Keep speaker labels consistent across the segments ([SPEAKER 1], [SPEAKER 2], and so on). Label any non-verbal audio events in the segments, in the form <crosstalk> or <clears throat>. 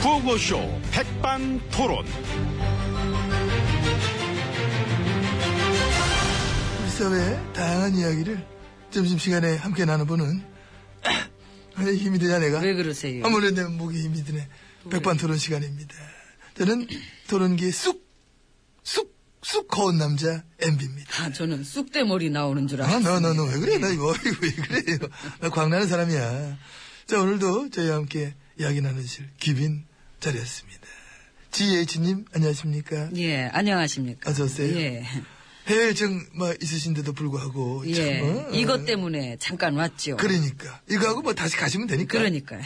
[SPEAKER 1] 구호쇼 백반토론.
[SPEAKER 2] 우리 사회의 다양한 이야기를 점심시간에 함께 나눠보는 <coughs> 아, 힘이 드냐 내가?
[SPEAKER 3] 왜 그러세요?
[SPEAKER 2] 아무래도 내 목에 힘이 드네. 백반토론 시간입니다. 저는 토론기에 쑥, 쑥, 쑥 거운 남자 MB입니다.
[SPEAKER 3] 아, 저는 쑥대머리 나오는 줄
[SPEAKER 2] 아,
[SPEAKER 3] 알았어요.
[SPEAKER 2] 너, 너, 너 왜 그래? 나 이거 어이구, 왜 그래요? 나 광나는 사람이야. 자, 오늘도 저희와 함께 이야기 나누실 귀빈 자리였습니다. GH님, 안녕하십니까?
[SPEAKER 3] 예, 안녕하십니까.
[SPEAKER 2] 어서 오세요.
[SPEAKER 3] 예.
[SPEAKER 2] 해외 일정 막 있으신데도 불구하고 참,
[SPEAKER 3] 예.
[SPEAKER 2] 어?
[SPEAKER 3] 이것 때문에 잠깐 왔죠.
[SPEAKER 2] 그러니까 이거하고 뭐 다시 가시면 되니까.
[SPEAKER 3] 그러니까.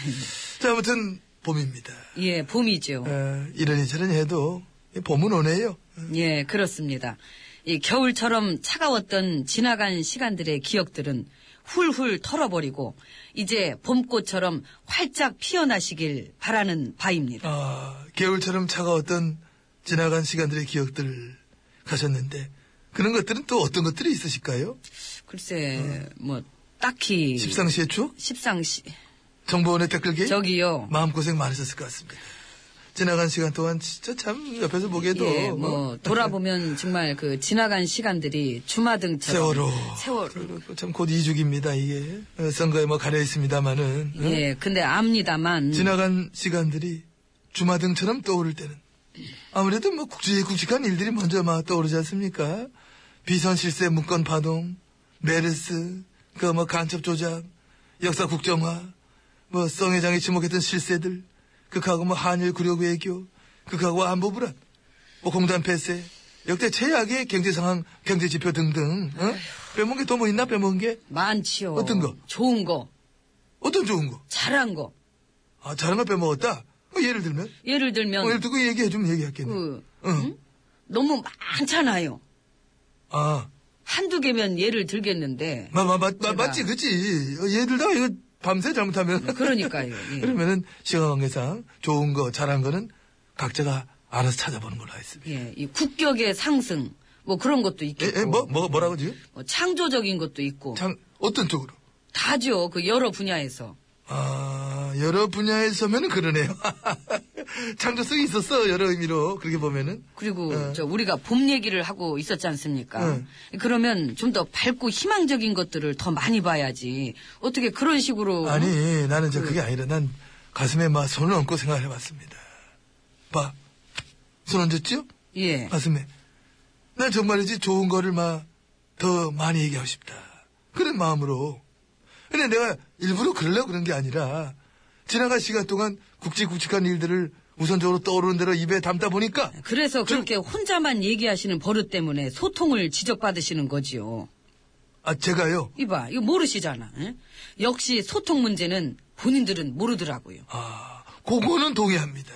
[SPEAKER 2] 자 아무튼 봄입니다.
[SPEAKER 3] 예, 봄이죠.
[SPEAKER 2] 어, 이러니 저러니 해도 봄은 오네요.
[SPEAKER 3] 예, 그렇습니다. 이 겨울처럼 차가웠던 지나간 시간들의 기억들은 훌훌 털어버리고 이제 봄꽃처럼 활짝 피어나시길 바라는 바입니다.
[SPEAKER 2] 아 겨울처럼 차가웠던 지나간 시간들의 기억들 가셨는데 그런 것들은 또 어떤 것들이 있으실까요?
[SPEAKER 3] 글쎄, 뭐 딱히
[SPEAKER 2] 아. 십상시의 추억?
[SPEAKER 3] 십상시
[SPEAKER 2] 정보원의 댓글기?
[SPEAKER 3] 저기요.
[SPEAKER 2] 마음고생 많으셨을 것 같습니다. 지나간 시간 동안 진짜 참 옆에서 보기에도
[SPEAKER 3] 예, 뭐 돌아보면 정말 그 지나간 시간들이 주마등처럼
[SPEAKER 2] <laughs> 세월호.
[SPEAKER 3] 세월호.
[SPEAKER 2] 참 곧 이주기입니다 이게 어, 선거에 뭐 가려 있습니다마는
[SPEAKER 3] 예, 근데 압니다만
[SPEAKER 2] 음. 지나간 시간들이 주마등처럼 떠오를 때는 아무래도 뭐 굵직굵직한 일들이 먼저 막 떠오르지 않습니까? 비선 실세 문건 파동, 메르스, 그 뭐 간첩 조작, 역사 국정화, 뭐 성회장이 지목했던 실세들, 극하고 뭐 한일 구력 외교, 극하고 안보 불안, 뭐 공단 폐쇄, 역대 최악의 경제 상황, 경제 지표 등등. 어? 빼먹은 게 또 뭐 있나 빼먹은 게
[SPEAKER 3] 많지요.
[SPEAKER 2] 어떤 거?
[SPEAKER 3] 좋은 거,
[SPEAKER 2] 어떤 좋은 거?
[SPEAKER 3] 잘한 거.
[SPEAKER 2] 아 잘한 거 빼먹었다. 어, 예를 들면?
[SPEAKER 3] 예를 들면
[SPEAKER 2] 어, 예를 들고 얘기해 주면 어. 얘기할겠네.
[SPEAKER 3] 음. 그
[SPEAKER 2] 응.
[SPEAKER 3] 너무 많잖아요.
[SPEAKER 2] 아,
[SPEAKER 3] 한두 개면 예를 들겠는데.
[SPEAKER 2] 마, 마, 마, 마,
[SPEAKER 3] 제가-
[SPEAKER 2] 맞지, 그치. 어, 얘들 다 이거 밤새 잘못하면. <laughs>
[SPEAKER 3] 그러니까요. 예.
[SPEAKER 2] 그러면은 시간 관계상 좋은 거, 잘한 거는 각자가 알아서 찾아보는 걸로 하겠습니다.
[SPEAKER 3] 예, 이 국격의 상승 뭐 그런 것도 있겠고.
[SPEAKER 2] 에, 에, 뭐, 뭐, 뭐라고 지금?
[SPEAKER 3] 뭐 창조적인 것도 있고.
[SPEAKER 2] 장, 어떤 쪽으로?
[SPEAKER 3] 다죠. 그 여러 분야에서.
[SPEAKER 2] 아, 여러 분야에서면 그러네요. <laughs> 창조성이 있었어, 여러 의미로. 그렇게 보면은.
[SPEAKER 3] 그리고
[SPEAKER 2] 어.
[SPEAKER 3] 저 우리가 봄 얘기를 하고 있었지 않습니까?
[SPEAKER 2] 응.
[SPEAKER 3] 그러면 좀 더 밝고 희망적인 것들을 더 많이 봐야지. 어떻게 그런 식으로
[SPEAKER 2] 아니, 나는 저 그게 아니라 난 가슴에 막 손을 얹고 생각을 해봤습니다. 봐. 손 얹었지요?
[SPEAKER 3] 예.
[SPEAKER 2] 가슴에. 난 정말이지 좋은 거를 막 더 많이 얘기하고 싶다. 그런 마음으로. 근데 내가 일부러 그러려고 그런 게 아니라 지나간 시간 동안 굵직굵직한 일들을 우선적으로 떠오르는 대로 입에 담다 보니까
[SPEAKER 3] 그래서 그렇게 혼자만 얘기하시는 버릇 때문에 소통을 지적받으시는 거지요.
[SPEAKER 2] 아 제가요.
[SPEAKER 3] 이봐, 이거 모르시잖아. 응? 역시 소통 문제는 본인들은 모르더라고요.
[SPEAKER 2] 아 그거는 동의합니다.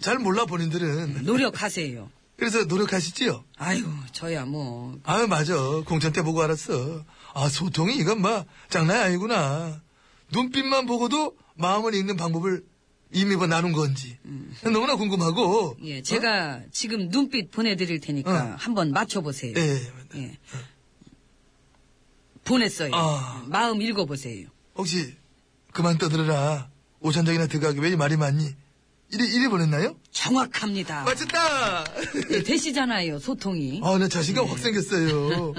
[SPEAKER 2] 잘 몰라 본인들은.
[SPEAKER 3] 노력하세요.
[SPEAKER 2] 그래서 노력하시지요.
[SPEAKER 3] 아유, 저야 뭐
[SPEAKER 2] 아 맞아. 공천 때 보고 알았어. 아 소통이 이건 막 장난이 아니구나. 눈빛만 보고도 마음을 읽는 방법을 이미 뭐 나눈 건지 너무나 궁금하고.
[SPEAKER 3] 음. 예, 제가 지금 눈빛 보내드릴 테니까
[SPEAKER 2] 어.
[SPEAKER 3] 한번 맞춰보세요.
[SPEAKER 2] 어? 예.
[SPEAKER 3] 예. 보냈어요.
[SPEAKER 2] 아.
[SPEAKER 3] 마음 읽어보세요.
[SPEAKER 2] 혹시 그만 떠들어라. 오천장이나 들어가게 왜 말이 많니? 이리 이리 보냈나요?
[SPEAKER 3] 정확합니다. <laughs>
[SPEAKER 2] 맞췄다.
[SPEAKER 3] 예, 되시잖아요, 소통이.
[SPEAKER 2] 아, 나 자신감
[SPEAKER 3] 예.
[SPEAKER 2] 확 생겼어요.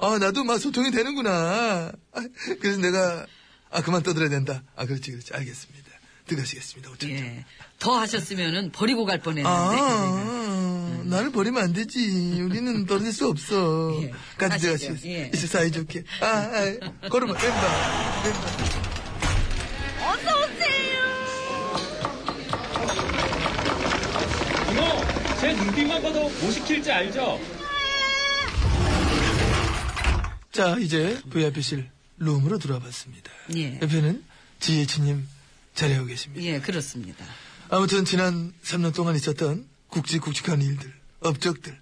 [SPEAKER 2] 아, 나도 막 소통이 되는구나. 아, 그래서 내가 아 그만 떠들어야 된다. 아 그렇지 그렇지 알겠습니다. 들어가시겠습니다. 오천장.
[SPEAKER 3] 예. 더 하셨으면은 버리고 갈 뻔했는데. 저희가.
[SPEAKER 2] 아, 나를 버리면 안 되지. 우리는 <laughs> 떨어질 수 없어.
[SPEAKER 3] 예.
[SPEAKER 2] 같이
[SPEAKER 3] 아시죠?
[SPEAKER 2] 들어가시겠어.
[SPEAKER 3] 예.
[SPEAKER 2] 이제 사이좋게. 아, 아, 걸어봐. 왼발. 왼발.
[SPEAKER 4] 이모, 뭐, 제 눈빛만 봐도 뭐 시킬지 알죠?
[SPEAKER 2] 자, 이제 VIP실 룸으로 들어와 봤습니다.
[SPEAKER 3] 예.
[SPEAKER 2] 옆에는 GH님 자리하고 계십니다.
[SPEAKER 3] 예, 그렇습니다.
[SPEAKER 2] 아무튼 지난 3년 동안 있었던 굵직굵직한 일들, 업적들,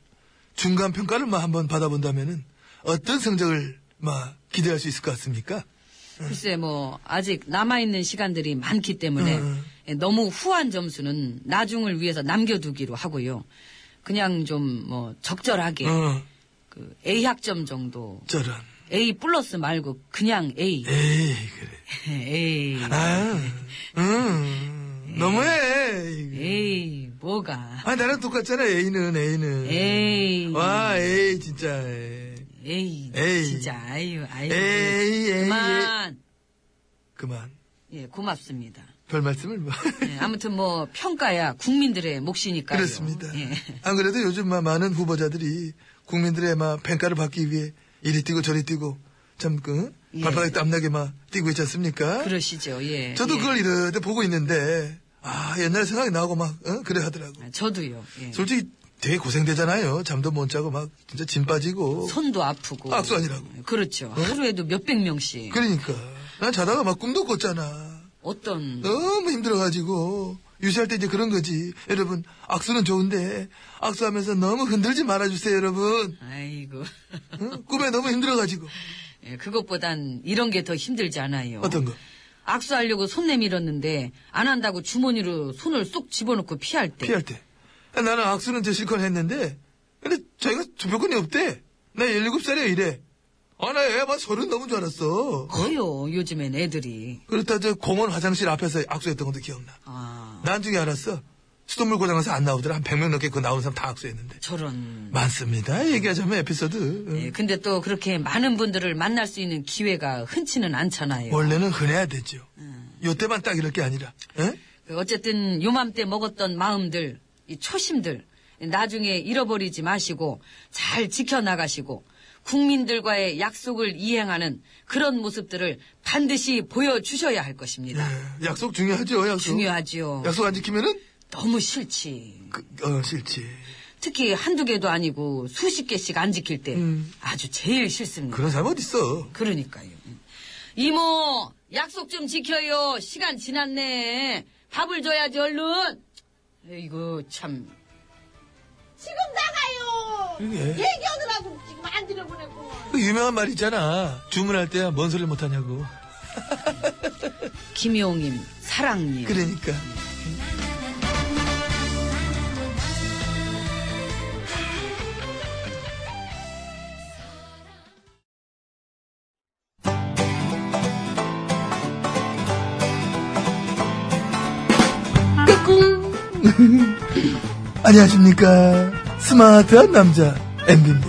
[SPEAKER 2] 중간 평가를 막 한번 받아본다면은 어떤 성적을 막 기대할 수 있을 것 같습니까?
[SPEAKER 3] 글쎄, 뭐, 아직 남아있는 시간들이 많기 때문에
[SPEAKER 2] 음.
[SPEAKER 3] 예, 너무 후한 점수는 나중을 위해서 남겨두기로 하고요. 그냥 좀, 뭐, 적절하게,
[SPEAKER 2] 어,
[SPEAKER 3] 그, A학점 정도.
[SPEAKER 2] 저런.
[SPEAKER 3] A 플러스 말고, 그냥 A.
[SPEAKER 2] 예.
[SPEAKER 3] <laughs>
[SPEAKER 2] 에이, 그래.
[SPEAKER 3] 에이.
[SPEAKER 2] 아, 음. 너무해. 이거.
[SPEAKER 3] 예. 에이, 뭐가.
[SPEAKER 2] 아 나랑 똑같잖아. A는 A는.
[SPEAKER 3] 에이.
[SPEAKER 2] 와 A 진짜. 에이.
[SPEAKER 3] 에이,
[SPEAKER 2] 에이.
[SPEAKER 3] 진짜, 아유, 아유.
[SPEAKER 2] 에이, 에이,
[SPEAKER 3] 그만.
[SPEAKER 2] 그만.
[SPEAKER 3] 예, 고맙습니다.
[SPEAKER 2] 별 말씀을 뭐.
[SPEAKER 3] 예, 아무튼 뭐, 평가야 국민들의 몫이니까요.
[SPEAKER 2] 그렇습니다.
[SPEAKER 3] 예.
[SPEAKER 2] 안 그래도 요즘 막 많은 후보자들이 국민들의 막 평가를 받기 위해 이리 뛰고 저리 뛰고 참그
[SPEAKER 3] 예.
[SPEAKER 2] 발바닥 땀나게 막 뛰고 있지 않습니까?
[SPEAKER 3] 그러시죠, 예.
[SPEAKER 2] 저도
[SPEAKER 3] 예.
[SPEAKER 2] 그걸 이렇게 보고 있는데 아 옛날 생각이 나고 막 어? 그래 하더라고.
[SPEAKER 3] 아, 저도요. 예.
[SPEAKER 2] 솔직히 되게 고생되잖아요. 잠도 못 자고 막 진짜 짐 빠지고.
[SPEAKER 3] 손도 아프고.
[SPEAKER 2] 악수 아니라고. 어?
[SPEAKER 3] 그렇죠. 하루에도 몇백 명씩.
[SPEAKER 2] 그러니까 난 자다가 막 꿈도 꿨잖아.
[SPEAKER 3] 어떤.
[SPEAKER 2] 너무 힘들어가지고 유세할 때 이제 그런 거지. 여러분 악수는 좋은데 악수하면서 너무 흔들지 말아주세요, 여러분.
[SPEAKER 3] 아이고. <laughs>
[SPEAKER 2] 응? 꿈에 너무 힘들어가지고
[SPEAKER 3] 예, 그것보단 이런 게 더 힘들지 않아요.
[SPEAKER 2] 어떤 거?
[SPEAKER 3] 악수하려고 손 내밀었는데 안 한다고 주머니로 손을 쏙 집어넣고 피할 때.
[SPEAKER 2] 피할 때. 아, 나는 악수는 제 실컷 했는데 근데 자기가 투표권이 없대. 나 17살이야 이래. 아, 나 애가 서른 넘은 줄 알았어. 어?
[SPEAKER 3] 커요, 요즘엔 애들이.
[SPEAKER 2] 그렇다 저 공원 화장실 앞에서 악수했던 것도 기억나.
[SPEAKER 3] 아,
[SPEAKER 2] 나중에 알았어. 수돗물 고장 나서 안 나오더라. 한 100명 넘게 그 나온 사람 다 악수했는데.
[SPEAKER 3] 저런.
[SPEAKER 2] 많습니다. 얘기하자면 에피소드. 응.
[SPEAKER 3] 예, 근데 또 그렇게 많은 분들을 만날 수 있는 기회가 흔치는 않잖아요.
[SPEAKER 2] 원래는 흔해야 되죠. 요때만 딱 이럴 게 아니라. 응?
[SPEAKER 3] 그 어쨌든 요맘때 먹었던 마음들, 이 초심들 나중에 잃어버리지 마시고 잘 지켜나가시고 국민들과의 약속을 이행하는 그런 모습들을 반드시 보여주셔야 할 것입니다.
[SPEAKER 2] 예, 약속 중요하죠. 약속.
[SPEAKER 3] 중요하지요.
[SPEAKER 2] 약속 안 지키면은
[SPEAKER 3] 너무 싫지.
[SPEAKER 2] 그, 어, 싫지.
[SPEAKER 3] 특히 한두 개도 아니고 수십 개씩 안 지킬 때
[SPEAKER 2] 음.
[SPEAKER 3] 아주 제일 싫습니다.
[SPEAKER 2] 그런 사람 어디 있어?
[SPEAKER 3] 그러니까요. 이모, 약속 좀 지켜요. 시간 지났네. 밥을 줘야지, 얼른. 이거 참.
[SPEAKER 5] 지금 나가요.
[SPEAKER 2] 이게.
[SPEAKER 5] 얘기하느라고 지금 안 들여보냈구만.
[SPEAKER 2] 그 유명한 말 있잖아. 주문할 때야 뭔 소리를 못 하냐고.
[SPEAKER 3] 김용임, 사랑님.
[SPEAKER 2] 그러니까. <laughs> 안녕하십니까. 스마트한 남자, MB입니다.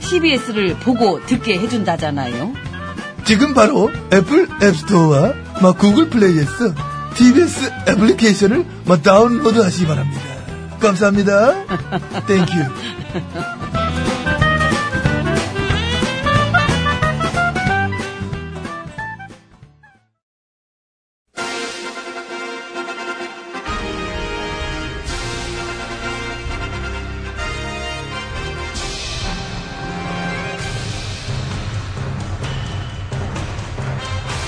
[SPEAKER 3] TBS를 보고 듣게 해준다잖아요.
[SPEAKER 2] 지금 바로 애플 앱스토어와 마 구글 플레이에서 TBS 애플리케이션을 마 다운로드 하시기 바랍니다. 감사합니다. 땡큐.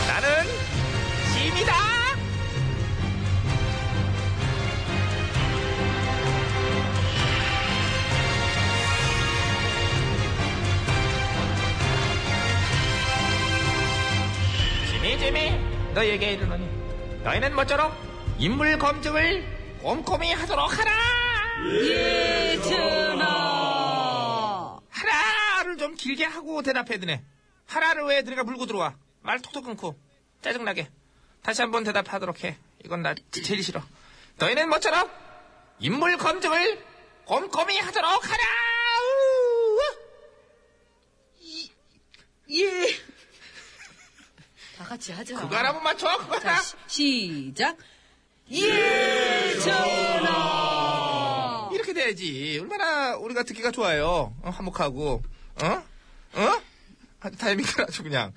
[SPEAKER 1] 나는 짐이다.
[SPEAKER 6] 지미 지미 너에게 이르노니 너희는 모쪼록 인물 검증을 꼼꼼히 하도록 하라
[SPEAKER 3] 예전아.
[SPEAKER 6] 하라를 좀 길게 하고 대답해드네 하라를 왜 너희가 물고 들어와 말 톡톡 끊고 짜증나게 다시 한번 대답하도록 해 이건 나 제일 싫어 너희는 모쪼록 인물 검증을 꼼꼼히 하도록 하라 우!
[SPEAKER 3] 예. 다 같이 하자.
[SPEAKER 6] 그거 하나 못 맞춰 그거
[SPEAKER 3] 자,
[SPEAKER 6] 하나
[SPEAKER 3] 시- 시작. 예, 예전아.
[SPEAKER 6] 이렇게 돼야지. 얼마나 우리가 듣기가 좋아요. 어, 화목하고, 어? 어? 아주 타이밍을 <laughs> 아주 그냥.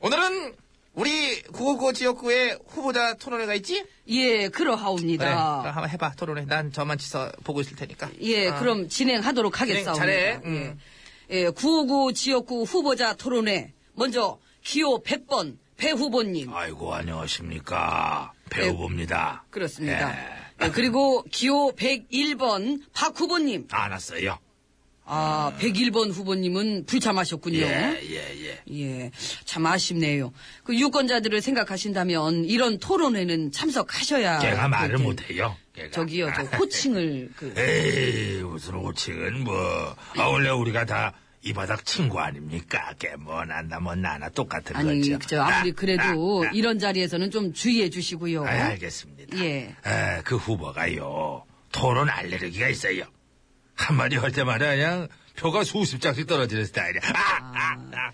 [SPEAKER 6] 오늘은 우리 999 지역구의 후보자 토론회가 있지?
[SPEAKER 3] 예,
[SPEAKER 6] 그래. 그럼
[SPEAKER 3] 그러하옵니다.
[SPEAKER 6] 한번 해봐, 토론회. 난 저만 지서 보고 있을 테니까.
[SPEAKER 3] 예,
[SPEAKER 6] 어.
[SPEAKER 3] 그럼 진행하도록 하겠습니다.
[SPEAKER 6] 잘해. 음.
[SPEAKER 3] 예, 959 지역구 후보자 토론회. 먼저 기호 100번 배 후보님.
[SPEAKER 6] 아이고, 안녕하십니까.
[SPEAKER 3] 배우봅니다. 그렇습니다.
[SPEAKER 6] 예.
[SPEAKER 3] 그리고 기호 101번 박 후보님.
[SPEAKER 6] 안 왔어요.
[SPEAKER 3] 아, 101번 후보님은 불참하셨군요.
[SPEAKER 6] 예, 예, 예.
[SPEAKER 3] 예, 참 아쉽네요. 그 유권자들을 생각하신다면 이런 토론회는 참석하셔야.
[SPEAKER 6] 제가 말을
[SPEAKER 3] 그렇게-
[SPEAKER 6] 못해요. 걔가. 예,
[SPEAKER 3] 저기요,
[SPEAKER 6] <laughs>
[SPEAKER 3] 저 호칭을 그
[SPEAKER 6] 에이, 무슨 호칭은 뭐. 아, 원래 우리가 다 이 바닥 친구 아닙니까? 걔뭐 난다, 뭐 나나 똑같은
[SPEAKER 3] 아니,
[SPEAKER 6] 거죠.
[SPEAKER 3] 저 아무리
[SPEAKER 6] 아,
[SPEAKER 3] 그래도
[SPEAKER 6] 아, 아.
[SPEAKER 3] 이런 자리에서는 좀 주의해 주시고요.
[SPEAKER 6] 아, 알겠습니다.
[SPEAKER 3] 예.
[SPEAKER 6] 아, 그 후보가요. 토론 알레르기가 있어요. 한마디 할 때마다 그냥 표가 수십 장씩 떨어지는 스타일이야. 아, 아, 아.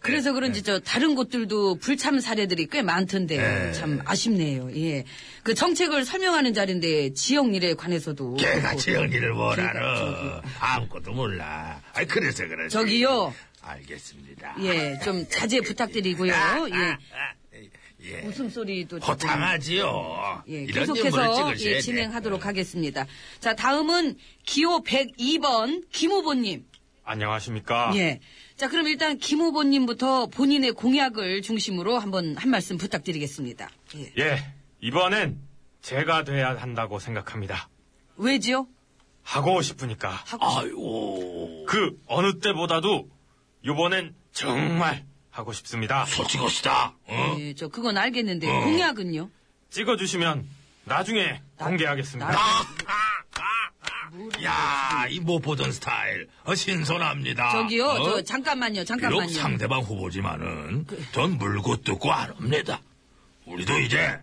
[SPEAKER 3] 그래서
[SPEAKER 6] 네.
[SPEAKER 3] 그런지 저 다른 곳들도 불참 사례들이 꽤 많던데
[SPEAKER 6] 예.
[SPEAKER 3] 참 아쉽네요. 예. 그 정책을 설명하는 자리인데 지역 일에 관해서도 뭐
[SPEAKER 6] 걔가
[SPEAKER 3] 그렇고.
[SPEAKER 6] 지영이를 뭘
[SPEAKER 3] 걔가
[SPEAKER 6] 알아. 아무것도 몰라. 아이, 그래서 그러지.
[SPEAKER 3] 저기요.
[SPEAKER 6] 알겠습니다. 아,
[SPEAKER 3] 예, 좀 자제 부탁드리고요. 예.
[SPEAKER 6] 예.
[SPEAKER 3] 웃음소리도 조금-
[SPEAKER 6] 호탕하지요.
[SPEAKER 3] 예,
[SPEAKER 6] 이런 인물을
[SPEAKER 3] 계속해서
[SPEAKER 6] 찍으셔야
[SPEAKER 3] 예,
[SPEAKER 6] 돼. 네.
[SPEAKER 3] 진행하도록 하겠습니다. 자, 다음은 기호 102번 김후보님.
[SPEAKER 6] 아.
[SPEAKER 7] 안녕하십니까.
[SPEAKER 3] 예. 자, 그럼 일단 김후보님부터 본인의 공약을 중심으로 한번 한 말씀 부탁드리겠습니다. 예.
[SPEAKER 7] 예, 이번엔 제가 돼야 한다고 생각합니다.
[SPEAKER 3] 왜지요?
[SPEAKER 7] 하고 싶으니까.
[SPEAKER 6] 아이고.
[SPEAKER 7] 그 어느 때보다도 요번엔 정말 하고 싶습니다.
[SPEAKER 6] 솔직하시다. 응?
[SPEAKER 3] 예, 저 그건 알겠는데
[SPEAKER 6] 어.
[SPEAKER 3] 공약은요?
[SPEAKER 7] 찍어주시면 나중에 공개하겠습니다.
[SPEAKER 6] 야, 이 못 보던 스타일. 어, 신선합니다.
[SPEAKER 3] 저기요,
[SPEAKER 6] 어?
[SPEAKER 3] 저 잠깐만요,
[SPEAKER 6] 비록
[SPEAKER 3] 잠깐만요. 그
[SPEAKER 6] 상대방 후보지만은 전 물고 뜯고 안 합니다. 우리도 이제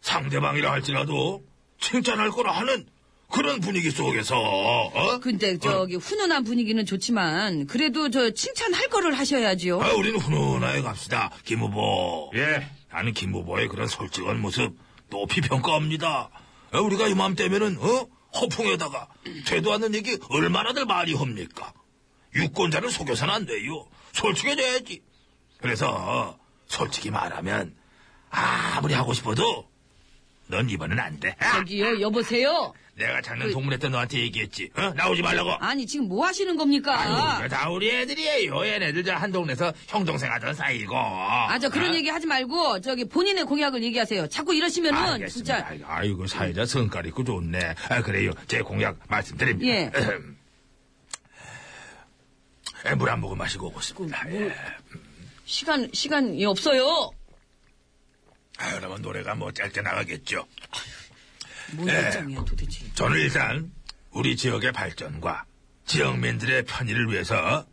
[SPEAKER 6] 상대방이라 할지라도 칭찬할 거라 하는 그런 분위기 속에서 어?
[SPEAKER 3] 근데 저기 훈훈한 분위기는 좋지만 그래도 저 칭찬할 거를 하셔야지요.
[SPEAKER 6] 아, 우리는 훈훈하게 갑시다. 김 후보.
[SPEAKER 7] 예,
[SPEAKER 6] 나는 김 후보의 그런 솔직한 모습 높이 평가합니다. 아, 우리가 이맘때면은 어? 허풍에다가 되도 않는 얘기 얼마나들 많이 합니까? 유권자를 속여서는 안 돼요. 솔직해져야지. 그래서 솔직히 말하면 아무리 하고 싶어도 넌 이번엔 안 돼. 아,
[SPEAKER 3] 저기요, 여보세요.
[SPEAKER 6] 내가 작년 동문회 때 너한테 얘기했지. 어? 나오지 말라고.
[SPEAKER 3] 그 아니 지금 뭐 하시는 겁니까?
[SPEAKER 6] 아유, 다 우리 애들이에요. 얘네들 저 한 동네에서 형 동생 하던 사이고.
[SPEAKER 3] 아, 저 그런
[SPEAKER 6] 어?
[SPEAKER 3] 얘기 하지 말고 저기 본인의 공약을 얘기하세요. 자꾸 이러시면은
[SPEAKER 6] 알겠습니다.
[SPEAKER 3] 진짜
[SPEAKER 6] 아이고, 아이고 사회자 성깔 있고 좋네. 아, 그래요. 제 공약 말씀드립니다. <clears throat>
[SPEAKER 3] 예.
[SPEAKER 6] 물 한 모금 마시고
[SPEAKER 3] 그
[SPEAKER 6] 오겠습니다. 예.
[SPEAKER 3] 시간 시간이 없어요.
[SPEAKER 6] 아, 그러면 노래가 뭐 짧게 나가겠죠.
[SPEAKER 3] 뭔
[SPEAKER 6] 네.
[SPEAKER 3] 입장이야 도대체?
[SPEAKER 6] 저는 일단 우리 지역의 발전과 지역민들의 편의를 위해서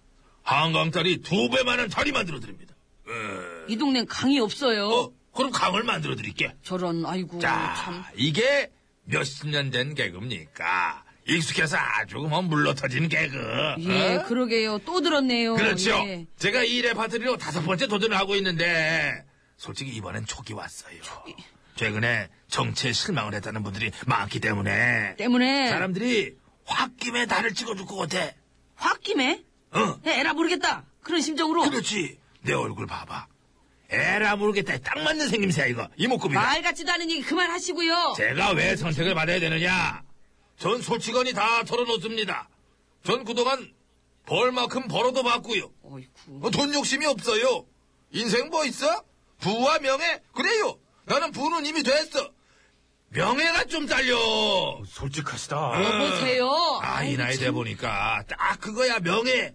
[SPEAKER 6] 한강다리 두 배 많은 다리 만들어 드립니다.
[SPEAKER 3] 이 동네는 강이 없어요.
[SPEAKER 6] 어, 그럼 강을 만들어 드릴게.
[SPEAKER 3] 저런 아이고
[SPEAKER 6] 자,
[SPEAKER 3] 참.
[SPEAKER 6] 이게 몇십 년 된 개그입니까? 익숙해서 아주 그만 물러 터진 개그.
[SPEAKER 3] 예,
[SPEAKER 6] 어?
[SPEAKER 3] 그러게요. 또 들었네요.
[SPEAKER 6] 그렇죠.
[SPEAKER 3] 예.
[SPEAKER 6] 제가 이 레파토리로 다섯 번째 도전을 하고 있는데 솔직히 이번엔 촉이 왔어요. 최근에 정치에 실망을 했다는 분들이 많기 때문에
[SPEAKER 3] 때문에
[SPEAKER 6] 사람들이 홧김에 나를 찍어줄 것 같아.
[SPEAKER 3] 홧김에 예,
[SPEAKER 6] 어,
[SPEAKER 3] 에, 에라 모르겠다 그런 심정으로
[SPEAKER 6] 그렇지. 내 얼굴 봐봐. 에라 모르겠다. 딱 맞는 생김새야 이거. 이목구비가.
[SPEAKER 3] 말 같지도 않은 얘기 그만하시고요.
[SPEAKER 6] 제가 왜 선택을 받아야 되느냐? 전 솔직원이 다 털어놓습니다. 전 그동안 벌만큼 벌어도 봤고요.
[SPEAKER 3] 어이구.
[SPEAKER 6] 어, 돈 욕심이 없어요. 인생 뭐 있어? 부와 명예? 그래요. 나는 부는 이미 됐어. 명예가 좀 딸려.
[SPEAKER 7] 솔직하시다.
[SPEAKER 3] 여보세요.
[SPEAKER 6] 아, 이
[SPEAKER 3] 아이고,
[SPEAKER 6] 나이
[SPEAKER 3] 참.
[SPEAKER 6] 돼 보니까 딱 그거야 명예.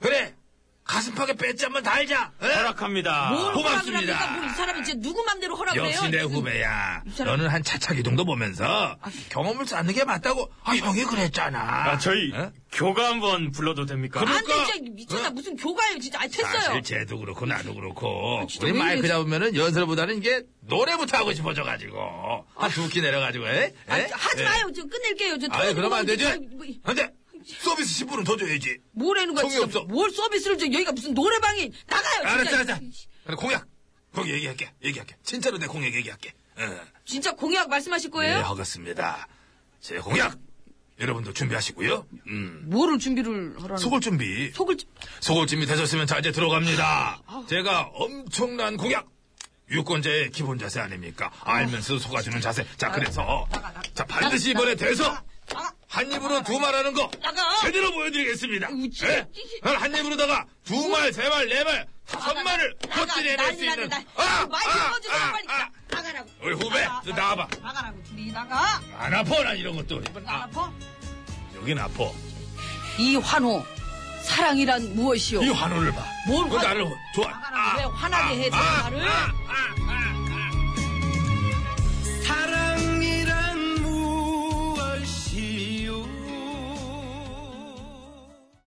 [SPEAKER 6] 그래. 가슴팍에 배짱만 달자. 어? 에?
[SPEAKER 7] 허락합니다.
[SPEAKER 3] 뭘
[SPEAKER 6] 고맙습니다.
[SPEAKER 3] 허락을 합니까? 뭐이 사람이 이제 누구 맘대로 허락을 해요?
[SPEAKER 6] 역시 내 후배야.
[SPEAKER 3] 사람-
[SPEAKER 6] 너는 한 차차 기동도 보면서 경험을 쌓는 게 맞다고. 아 형이 그랬잖아.
[SPEAKER 7] 아, 저희
[SPEAKER 6] 어?
[SPEAKER 7] 교가 한번 불러도 됩니까?
[SPEAKER 3] 안
[SPEAKER 6] 그러니까-
[SPEAKER 3] 되죠. 미쳤나 무슨 교가예요 진짜. 아 됐어요. 아,
[SPEAKER 6] 사실 쟤도 그렇고 나도 그렇고
[SPEAKER 3] 진짜
[SPEAKER 6] 우리
[SPEAKER 3] 왜
[SPEAKER 6] 마이크
[SPEAKER 3] 이래지?
[SPEAKER 6] 잡으면은 연설보다는 이게 노래부터 하고 싶어져 가지고 한 두 끼 내려가지고 에?
[SPEAKER 3] 아,
[SPEAKER 6] 에?
[SPEAKER 3] 하지
[SPEAKER 6] 에?
[SPEAKER 3] 마요. 저 끝낼게요. 저
[SPEAKER 6] 예? 아이
[SPEAKER 3] 토론이
[SPEAKER 6] 예, 그러면 안 되지?
[SPEAKER 3] 뭐가 뭐,
[SPEAKER 6] 안 돼. 서비스 10분은 더 줘야지.
[SPEAKER 3] 뭐라는 거야?
[SPEAKER 6] 정이
[SPEAKER 3] 진짜.
[SPEAKER 6] 없어.
[SPEAKER 3] 뭘 서비스를 줘? 여기가 무슨 노래방이 나가요. 아, 진짜.
[SPEAKER 6] 알았어 알았어. 그래, 공약. 공약 얘기할게. 얘기할게. 진짜로 내 공약 얘기할게. 응.
[SPEAKER 3] 진짜 공약 말씀하실
[SPEAKER 6] 네
[SPEAKER 3] 거예요?
[SPEAKER 6] 하겠습니다. 제 공약 여러분도 준비하시고요. 음.
[SPEAKER 3] 뭐를 준비를 하라는?
[SPEAKER 6] 속을 준비.
[SPEAKER 3] 속을 좀-
[SPEAKER 6] 소골찜이 되셨으면 자 이제 들어갑니다. 제가 엄청난 공약 유권자의 기본 자세 아닙니까? 알면서 속아주는 자세. 자 그래서 자 반드시 이번에 돼서 한 입으로 두 말 하는 거
[SPEAKER 3] 나가.
[SPEAKER 6] 제대로 보여드리겠습니다.
[SPEAKER 3] 우지.
[SPEAKER 6] 예? 한 입으로다가 두 말, 세 말, 네 말, 다섯 말을
[SPEAKER 3] 나가,
[SPEAKER 6] 멋지게 해낼
[SPEAKER 3] 난리
[SPEAKER 6] 수
[SPEAKER 3] 나네,
[SPEAKER 6] 있는.
[SPEAKER 3] 나-
[SPEAKER 6] 아,
[SPEAKER 3] 마이크
[SPEAKER 6] 아,
[SPEAKER 3] 꺼주세요,
[SPEAKER 6] 아,
[SPEAKER 3] 빨리.
[SPEAKER 6] 아.
[SPEAKER 3] 나가라고.
[SPEAKER 6] 우리 후배 너 나와봐.
[SPEAKER 8] 나가라고 둘이 나가.
[SPEAKER 6] 안 아파, 난 이런 것도.
[SPEAKER 8] 안 아파?
[SPEAKER 6] 여긴 아파.
[SPEAKER 3] 뭐 이 환호 사랑이란 무엇이요?
[SPEAKER 6] 이 환호를 봐.
[SPEAKER 3] 뭘
[SPEAKER 6] 너
[SPEAKER 3] 환-
[SPEAKER 6] 나를 좋아.
[SPEAKER 3] 나가라고 왜 화나게 해,
[SPEAKER 6] 아,
[SPEAKER 3] 나를?
[SPEAKER 6] 아,